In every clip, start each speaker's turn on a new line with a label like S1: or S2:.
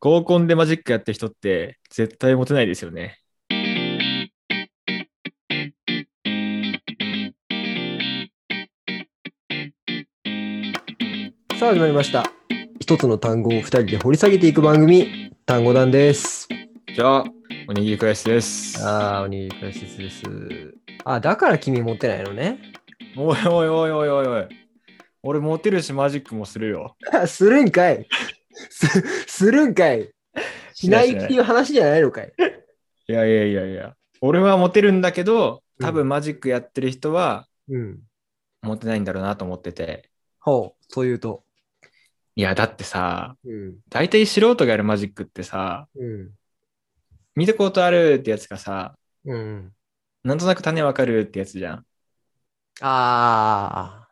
S1: 合コンでマジックやってる人って絶対モテないですよね。
S2: さあ始まりました。一つの単語を二人で掘り下げていく番組、単語団です。
S1: じゃあ、おにぎりクラスです。
S2: ああ、おにぎり解説です。あ、だから君持ってないのね。
S1: おいおいおいおいおいおい。俺モテるしマジックもするよ。
S2: するんかいすするんかいしないっていう話じゃないのかい
S1: いやいやいやいや。俺はモテるんだけど、多分マジックやってる人は
S2: うん。
S1: モテないんだろうなと思ってて。
S2: ほう、そういうと。
S1: いや、だってさ、
S2: うん。
S1: 大体素人がやるマジックってさ、
S2: うん。
S1: 見たことあるってやつがさ、
S2: うん。
S1: なんとなく種わかるってやつじゃん。
S2: ああ。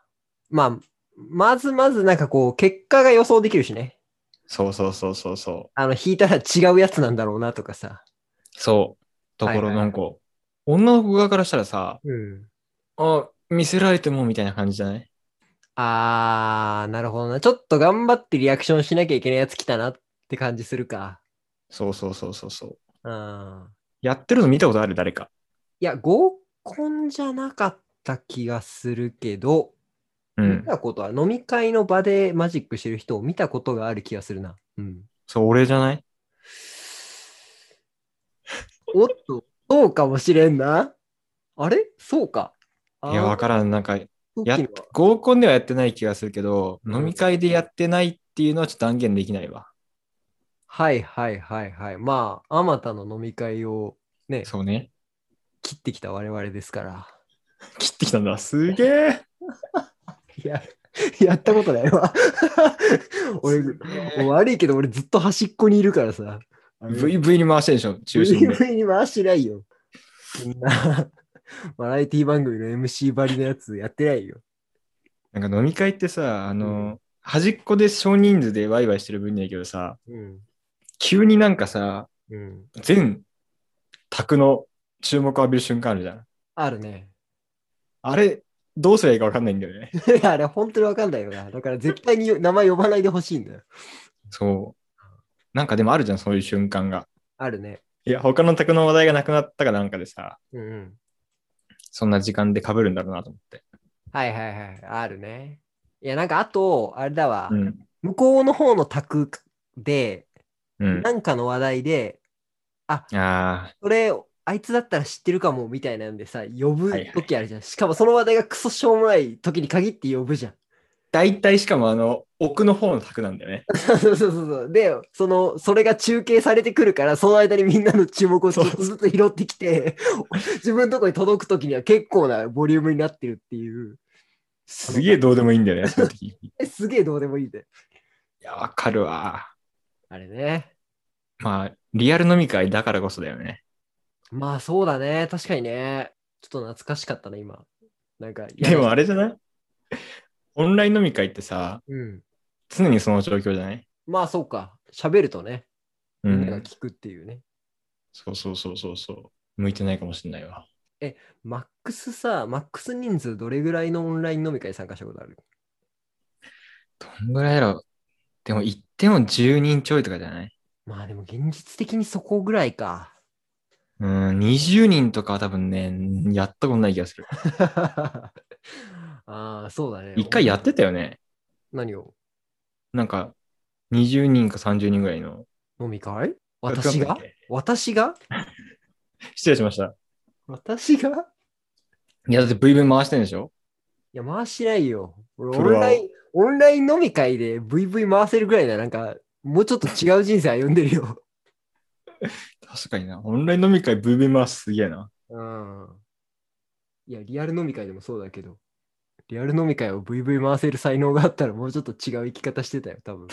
S2: まあ、まずまずなんかこう、結果が予想できるしね。
S1: そうそうそうそうそう。
S2: あの、引いたら違うやつなんだろうなとかさ。
S1: そう。ところなんか、女の子側からしたらさ、
S2: うん。
S1: あ、見せられてもみたいな感じじゃない
S2: あー、なるほどな。ちょっと頑張ってリアクションしなきゃいけないやつ来たなって感じするか。
S1: そうそうそうそうそう。
S2: うん。
S1: やってるの見たことある誰か。
S2: いや、合コンじゃなかった気がするけど、
S1: う
S2: 見
S1: ん。
S2: たことは飲み会の場でマジックしてる人を見たことがある気がするな。うん。
S1: そう、俺じゃない
S2: おっと、そうかもしれんな。あれそうか。あー
S1: いや、わからん。なんか、や
S2: さっきのは
S1: 合コンではやってない気がするけど、
S2: うん
S1: 飲み会でやってないっていうのはちょっと断言できないわ。
S2: はいはいはいはい。まあ、あまたの飲み会をね、
S1: そうね。
S2: 切ってきた我々ですから。
S1: 切ってきたんだ。すげえ。
S2: いや、やったことな いわ。俺、
S1: すげえ
S2: もう悪いけど俺ずっと端っこにいるからさ。
S1: V、V に回してるでしょ、中心で。
S2: VV に回してないよ。そんな、 バラエティ番組の MC ばりのやつやってないよ。
S1: なんか飲み会ってさ、あの、
S2: うん
S1: 端っこで少人数でワイワイしてる分にはいいけどさ、
S2: うん。
S1: 急になんかさ、
S2: うん。
S1: 全卓の注目を浴びる瞬間あるじゃん。
S2: あるね。
S1: あれ、どうすればいいか分かんないんだよね。
S2: あれ、本当にわかんないよな。だから絶対に名前呼ばないでほしいんだよ。
S1: そう。なんかでもあるじゃん、そういう瞬間が。
S2: あるね。
S1: いや、他の卓の話題がなくなったかなんかでさ、
S2: うんうん。
S1: そんな時間で被るんだろうなと思って。
S2: はいはいはい。あるね。いや、なんかあと、あれだわ。
S1: うん。
S2: 向こうの方の卓で、
S1: うん。
S2: なんかの話題で、
S1: ああ、
S2: それ、あいつだったら知ってるかもみたいなんでさ、呼ぶ
S1: はいはい
S2: 時あるじゃん。しかもその話題がクソしょうもない時に限って呼ぶじゃん。
S1: 大体しかもあの、奥の方の卓なんだよね。
S2: そうそうそうそう。で、その、それが中継されてくるから、その間にみんなの注目をちょっとずつ拾ってきて、 自分のとこに届くときには結構なボリュームになってるっていう。
S1: すげえどうでもいいんだよ ね、その時。い
S2: えすげえどうでもいいで。
S1: や、わかるわ。
S2: あれね。
S1: まあ、リアル飲み会だからこそだよね。
S2: まあそうだね。確かにね。ちょっと懐かしかったな、今。なんか、
S1: でも
S2: あ
S1: あれじゃないオンライン飲み会ってさ、
S2: うん。
S1: 常にその状況じゃない
S2: まあそうか。喋るとね、
S1: う
S2: みんなが
S1: ん。
S2: 聞くっていうね。
S1: そうそうそうそうそう。向いてないかもしれないわ。
S2: マックスさ、マックス人数どれぐらいのオンライン飲み会に参加したことある
S1: どんぐらいだろう。でも行っても10人ちょいとかじゃない
S2: まあでも現実的にそこぐらいか。
S1: うん、20人とかは多分ね、やったことない気がする。
S2: ああ、そうだね。
S1: 一回やってたよね。
S2: 何を
S1: なんか、20人か30人ぐらいの。
S2: 飲み会私が私が
S1: 失礼しました。
S2: 私が
S1: いや、だって VV 回してんでしょ
S2: いや、回しないよ。俺、オ
S1: それは
S2: ンライン、オンライン飲み会で VV 回せるぐらいな、なんか、もうちょっと違う人生歩んでるよ。
S1: 確かにな。オンライン飲み会 VV 回すすげえな。
S2: うん。いや、リアル飲み会でもそうだけど、リアル飲み会を VV 回せる才能があったら、もうちょっと違う生き方してたよ、多 分。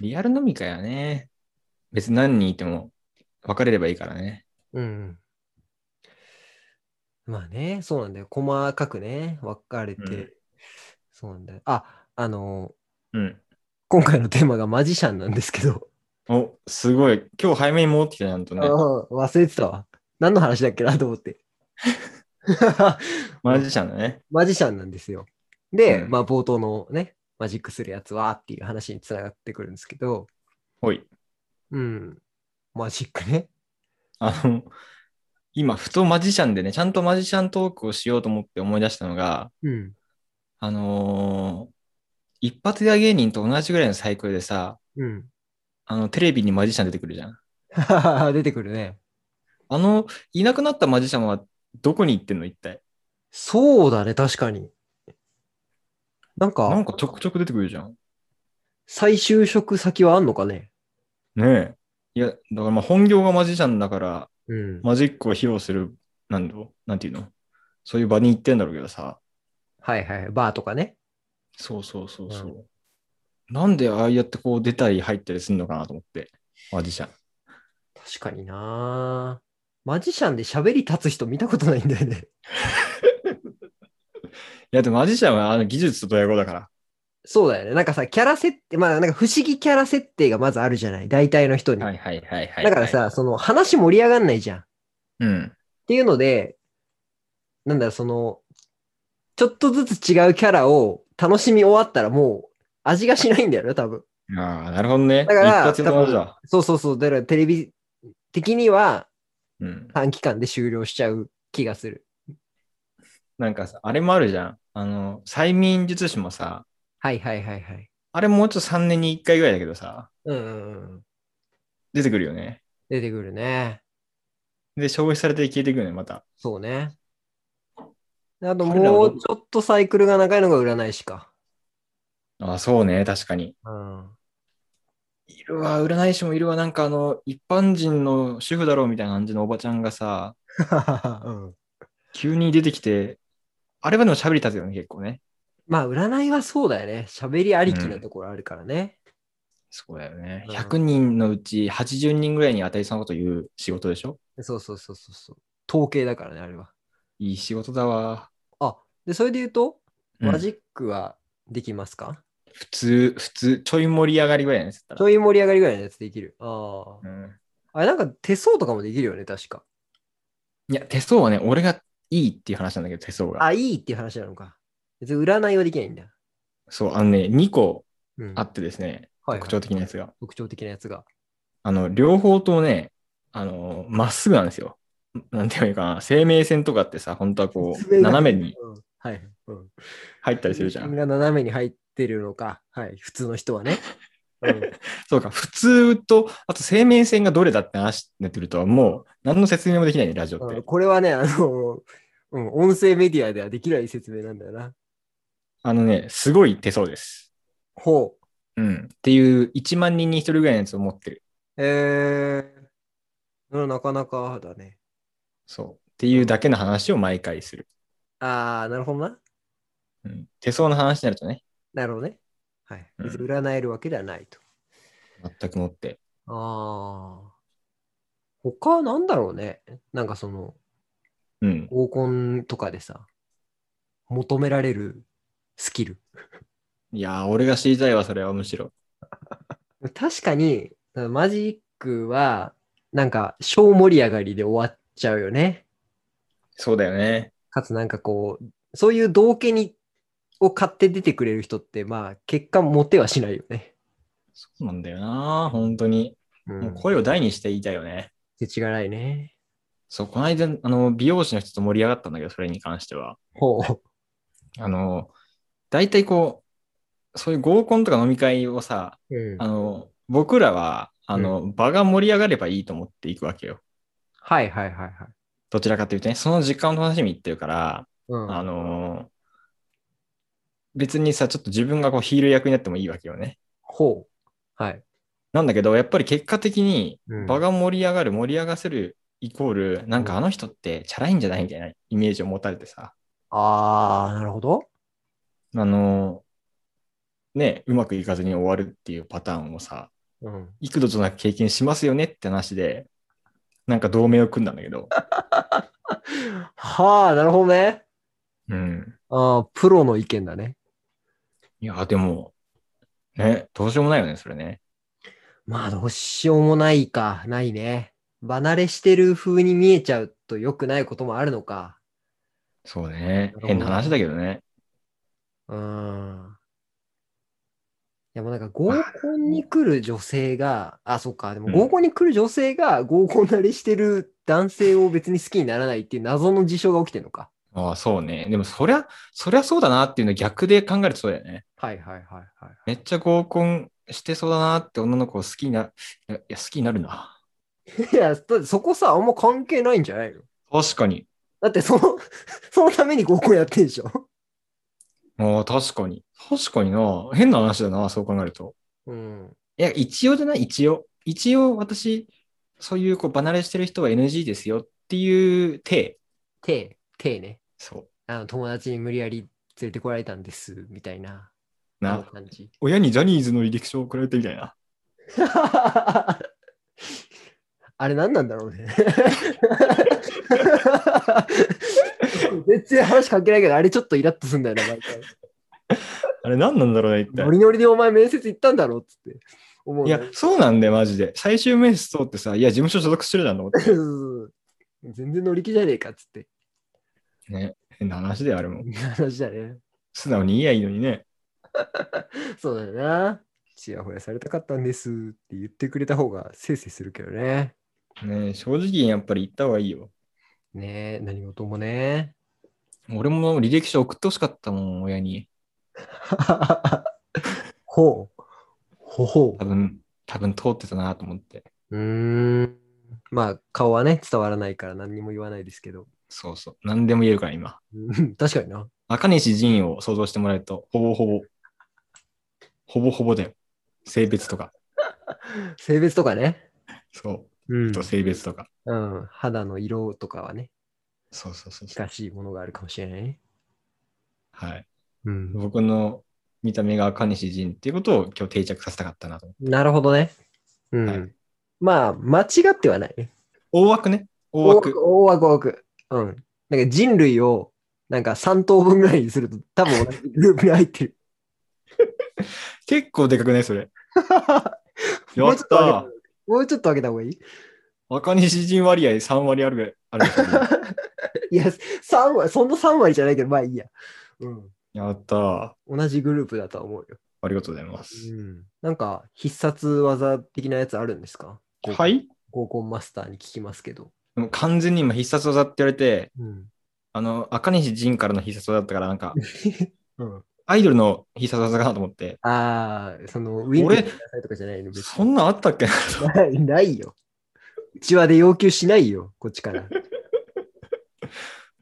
S1: リアル飲み会はね、別に何人いても別れればいいからね。
S2: うん。まあね、そうなんだよ。細かくね、分かれて。
S1: うん
S2: そうなんだよ。あ、あのー
S1: うん。
S2: 今回のテーマがマジシャンなんです けど。
S1: お、すごい。今日早めに戻ってきたなんとね。
S2: あー忘れてたわ。何の話だっけなと思って。
S1: マジシャンだね。
S2: マジシャンなんですよ。で、
S1: うん
S2: まあ冒頭のね、マジックするやつはっていう話につながってくるんですけど、
S1: ほい。
S2: うん。マジックね。
S1: あの、今、ふとマジシャンでね、ちゃんとマジシャントークをしようと思って思い出したのが、
S2: うん。
S1: あのー一発屋芸人と同じぐらいのサイクルでさ、
S2: うん。
S1: あの、テレビにマジシャン出てくるじゃん。
S2: 出てくるね。
S1: あの、いなくなったマジシャンはどこに行ってんの一体。
S2: そうだね、確かに。なんか、
S1: なんかちょくちょく出てくるじゃん。
S2: 再就職先はあんのかね
S1: ねえ。いや、だからまあ本業がマジシャンだから、
S2: うん。
S1: マジックを披露する、なんだろう、なんていうのそういう場に行ってんだろうけどさ。
S2: はいはい。バーとかね。
S1: そうそうそうそう。なんでああやってこう出たり入ったりするのかなと思って、マジシャン。
S2: 確かになマジシャンで喋り立つ人見たことないんだよね。
S1: いや、でもマジシャンはあの技術とドヤ語だから。
S2: そうだよね。なんかさ、キャラ設定、まあなんか不思議キャラ設定がまずあるじゃない。大体の人に。
S1: いはいはいは
S2: だからさ、、その話盛り上がんないじゃん。っ
S1: うん。
S2: ていうので、なんだろう、その、ちょっとずつ違うキャラを楽しみ終わったらもう味がしないんだよね、多分。
S1: ああ、なるほどね。
S2: だから
S1: 一発で同じだ。
S2: そうそうそう。だからテレビ的には
S1: うん。
S2: 短期間で終了しちゃう気がする。
S1: なんかさ、あれもあるじゃん。あの、催眠術師もさ、
S2: はいはいはいはい。
S1: あれもうちょっと3年に1回ぐらいだけどさ、
S2: うんうんうん。
S1: 出てくるよね。
S2: 出てくるね。
S1: で、消費されて消えていくよね、また。
S2: そうね。あと
S1: 彼ら
S2: も
S1: は
S2: うちょっとサイクルが長いのが占い師か。
S1: ああ、そうね、確かに。
S2: うん。
S1: いるわ、占い師もいるわ、なんかあの、一般人の主婦だろうみたいな感じのおばちゃんがさ、
S2: うん
S1: 急に出てきて、あれはでも喋り立つよね、結構ね。
S2: まあ占いはそうだよね。喋りありきなところあるからね。
S1: そうだよね。
S2: うん
S1: 100人のうち80人ぐらいに当たりそうなこと言う仕事でしょ
S2: そうそうそうそうそう。統計だからね、あれは。
S1: いい仕事だわ。
S2: で、それで言うと、
S1: うん
S2: マジックはできますか、
S1: 普通、普通、ちょい盛り上がりぐらいなんです
S2: ちょい盛り上がりぐらいのやつできる。ああ。
S1: うん
S2: あれなんか手相とかもできるよね、確か。
S1: いや、手相はね、俺がいいっていう話なんだけど、手相が。
S2: あ、いいっていう話なのか。別に占いはできないんだ。
S1: そう、あのね、2個
S2: うん
S1: あってですね、
S2: はいはい
S1: 特徴的なやつが。
S2: 特徴的なやつが。
S1: あの、両方ともね、あの、まっすぐなんですよ。なんていうのかな、生命線とかってさ、本当はこ
S2: 説
S1: う、
S2: 明が
S1: 斜めに
S2: うんはい。うん。
S1: 入ったりするじゃ
S2: み
S1: ん
S2: ん。な斜めに入ってるのか。はい。普通の 人はね。うん、
S1: そうか、普通と、あと生命線がどれだって話になってくると、もう、何の説明もできないね、ラジオっ
S2: うん
S1: て。
S2: これはね、あの、うん、音声メディアではできない説明なんだよな。
S1: あのね、すごい手相です。
S2: ほう。
S1: うん。っていう、1万人に1人ぐらいのやつを持ってる。
S2: えー、うんなかなかだね。
S1: そう。っていうだけの話を毎回する。
S2: あー、なるほどな。
S1: うん、手相の話になるとね、
S2: なるほどね。はい。
S1: うん
S2: 別に占えるわけではないと。
S1: 全くもって。
S2: ああ。他は何だろうね。なんかその、
S1: うん。
S2: 合コンとかでさ、求められるスキル。
S1: いやー、俺が知りたいわ、それはむしろ。
S2: 確かに、マジックは、なんか、小盛り上がりで終わっちゃうよね。
S1: そうだよね。
S2: かつなんかこう、そういう道家に、を買って出てくれる人って、まあ、結果モテはしないよね。
S1: そうなんだよな、本当に。
S2: う。
S1: もうん声を大にして言いたいよね。
S2: 世知辛いね。
S1: そう、この間、あの、美容師の人と盛り上がったんだけど、それに関しては。
S2: ほう。
S1: あの、大体こう、そういう合コンとか飲み会をさ、
S2: うん
S1: あの、僕らは、あの、場が盛り上がればいいと思っていくわけよ。
S2: はいはいはいはい。
S1: どちらかというとね、その時間を楽しみに行ってるから、
S2: うん。
S1: あの別にさ、ちょっと自分がこうヒール役になってもいいわけよね。
S2: ほう。はい。
S1: なんだけど、やっぱり結果的に
S2: うん
S1: 場が盛り上がる、盛り上がせるイコール、なんかあの人ってチャラいんじゃないみたいなイメージを持たれてさ、
S2: あー、なるほど。
S1: あのね、うまくいかずに終わるっていうパターンをさ、
S2: うん。
S1: 幾度となく経験しますよねって話で、なんか同盟を組んだんだ けど、
S2: はあ、なるほどね。
S1: うん。
S2: ああ、プロの意見だね。
S1: いや、でも、ね、どうしようもないよね、それね。
S2: まあ、どうしようもないか、ないね。離れしてる風に見えちゃうと良くないこともあるのか。
S1: そうね
S2: なるほ。ど
S1: 変な話だけどね。
S2: うーん。でもなんか合コンに来る女性が、あ、そっか、でも
S1: うん
S2: 合コンに来る女性が合コン慣れしてる男性を別に好きにならないっていう謎の事象が起きてるのか。
S1: ああ、そうね。でも、そりゃ、そりゃそうだなっていうの逆で考えるとそうだよね。
S2: はいはいはいはい。
S1: めっちゃ合コンしてそうだなって女の子を好きにな、いや、いや好きになるな。
S2: いや、だってそこさ、あんま関係ないんじゃないの
S1: 確かに。
S2: だってその、 そのために合コンやってんでしょ
S1: ああ、確かに。確かにな。変な話だな、そう考えると。
S2: うん。
S1: いや、一応じゃない、一応。一応、私、そういう、こう、離れしてる人は NG ですよっていう体。
S2: て、てね。
S1: そう。
S2: あの、友達に無理やり連れてこられたんです、みたいな。あの
S1: な、
S2: 感じ。
S1: 親にジャニーズの履歴書を送られてみたいな。
S2: あれ何なんだろうね。 全然話関係ないけど、あれちょっとイラッとすんだよね、毎回。
S1: あれ何 なんだろうね、一体
S2: ノ。リノリでお前面接行ったんだろうっつって思う
S1: い
S2: ね、
S1: や、 そうなんだよ、マジで。最終面接通ってさ、いや、事務所所属してるじゃんと思っ
S2: 全然乗り気じゃねえかっつって。
S1: て。ね。変な話だよ、あれも。
S2: 話だね。
S1: 素直に言えばいいのにね。
S2: そうだよな。ちやほやされたかったんですって言ってくれた方がせいせいするけどね。
S1: ね正直やっぱり言った方がいいよ。
S2: ねえ、何事もね。
S1: 俺も履歴書送ってほしかったもん、親に。
S2: ほう。ほほ
S1: 多分、多分通ってたなと思って。
S2: う。うーん。まあ、顔はね、伝わらないから何にも言わないですけど。
S1: そうそう。何でも言えるから、今。
S2: うん確かにな。
S1: 赤西仁を想像してもらえると、ほぼほぼ、ほぼほぼだよ。性別とか。
S2: 性別とかね。
S1: そうう。
S2: ん
S1: と性別とか。
S2: うん、肌の色とかはね、
S1: そうそうそうそう。
S2: 近しいものがあるかもしれないね。
S1: はい。
S2: うん。
S1: 僕の見た目が赤西仁っていうことを今日定着させたかったなと思って。
S2: なるほどね。うん。
S1: はい
S2: まあ、間違ってはないね。
S1: 大枠ね。大
S2: 大
S1: 枠
S2: 枠、。大枠、大枠。うん。なんか人類を、なんか3等分ぐらいにすると、多分同じグループに入って る。
S1: 結構でかくないそれ。や
S2: も
S1: っ
S2: うちょっと
S1: た
S2: 分けもうちょっと分けた方がいい
S1: 赤西仁割合3割あるぐらいあるんですけど
S2: いや、3割、そんな3割じゃないけど、まあいいや。うん。
S1: やったー。
S2: 同じグループだとは思うよ。
S1: ありがとうございます。
S2: うん。なんか、必殺技的なやつあるんですか
S1: はい
S2: 合コンマスターに聞きますけど。
S1: でも完全に今必殺技って言われて、
S2: うん。
S1: あの、赤西仁からの必殺技だったから、なんか、
S2: うん、
S1: アイドルの必殺技かなと思って、
S2: ああ、その、ウィンクしてくださいとかじゃないの。別に
S1: そんなんあったっけ
S2: ない ないよ。うちわで要求しないよ、こっちから。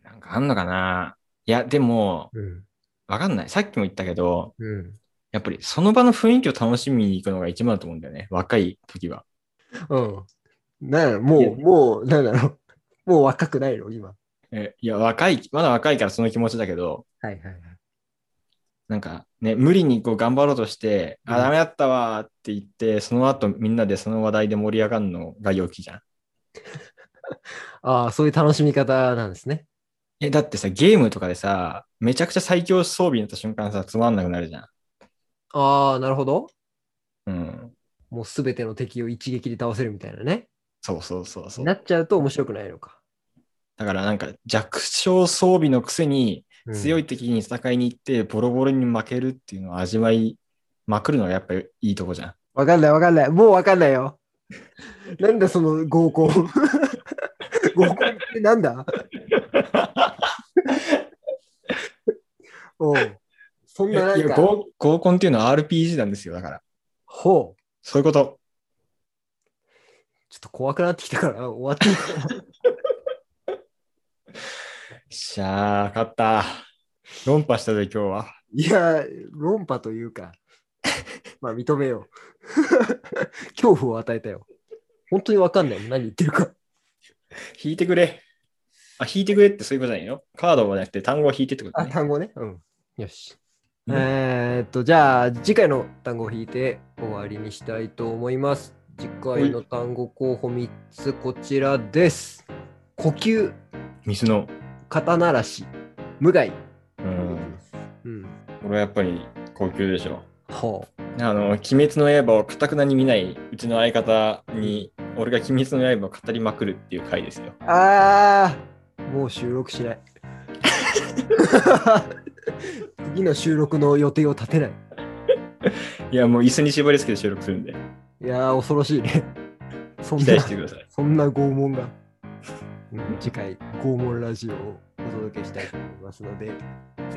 S1: なんかあんのかないや、でも、
S2: うん。
S1: わかんない。さっきも言ったけど、
S2: うん。
S1: やっぱりその場の雰囲気を楽しみに行くのが一番だと思うんだよね。若い時は。
S2: うん。なんだも
S1: いや
S2: う、もう、なんだろ う。もう若くないの、今。
S1: えいや、若い、まだ若いからその気持ちだけど、
S2: はいはいはい。
S1: なんかね、無理にこう頑張ろうとして、
S2: う
S1: あ、
S2: ん
S1: ダメだったわーって言って、その後みんなでその話題で盛り上がるのが良きじゃん。
S2: ああ、そういう楽しみ方なんですね。
S1: え、だってさ、ゲームとかでさ、めちゃくちゃ最強装備になった瞬間さ、つまんなくなるじゃん。
S2: ああ、なるほど。
S1: うん。
S2: もうすべての敵を一撃で倒せるみたいなね。
S1: そうそうそうそう。
S2: なっちゃうと面白くないのか。
S1: だからなんか弱小装備のくせに強
S2: い。
S1: い敵に戦いに行ってボロボロに負けるっていうのを味わいまくるのがやっぱりいいとこじゃん。
S2: わかんないわかんない。もうわかんないよ。 なんだその合コン。 合コンってなんだおうそん
S1: い
S2: な
S1: や
S2: ないん
S1: や
S2: か。
S1: 合合コンっていうのは RPG なんですよ。だから。
S2: ほう。
S1: そういうこと。
S2: ちょっと怖くなってきたから終わってみた。
S1: しゃあ、勝った。論破したぜ、今日は。
S2: いや、論破という か、まあ認めよう。 恐怖を与えたよ。本当にわかんない。何言ってるか。
S1: 引いてくれ。あ、引いてくれってそういうことじゃないよ。カードはなくて単語を引いてってこと
S2: あ、
S1: ね。
S2: 単語ね。うん。よし。
S1: うん
S2: えーっと、じゃあ、次回の単語を引いて終わりにしたいと思います。次回の単語候補3つ、こちらです。呼吸、
S1: 水の。
S2: 肩慣らし、無害。
S1: うん。
S2: うん。
S1: これはやっぱり高級でしょ。
S2: ほう。
S1: あの、鬼滅の刃をかたくなに見ないうちの相方に、俺が鬼滅の刃を語りまくるっていう回ですよ。
S2: ああ、もう収録しない。次の収録の予定を立てない。
S1: いや、もう椅子に縛り付けて収録するんで、
S2: いやー、恐ろしいね。そん
S1: 期
S2: な
S1: 待、してください。
S2: そんな拷問が。うん次回、拷問ラジオをお届けしたいと思いますので、ぜ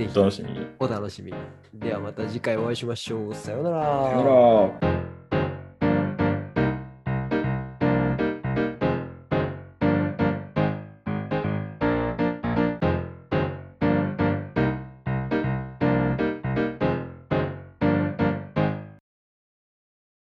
S2: ひ
S1: お楽しみに。
S2: お楽しみに。ではまた次回お会いしましょう。さようなら。
S1: さよなら。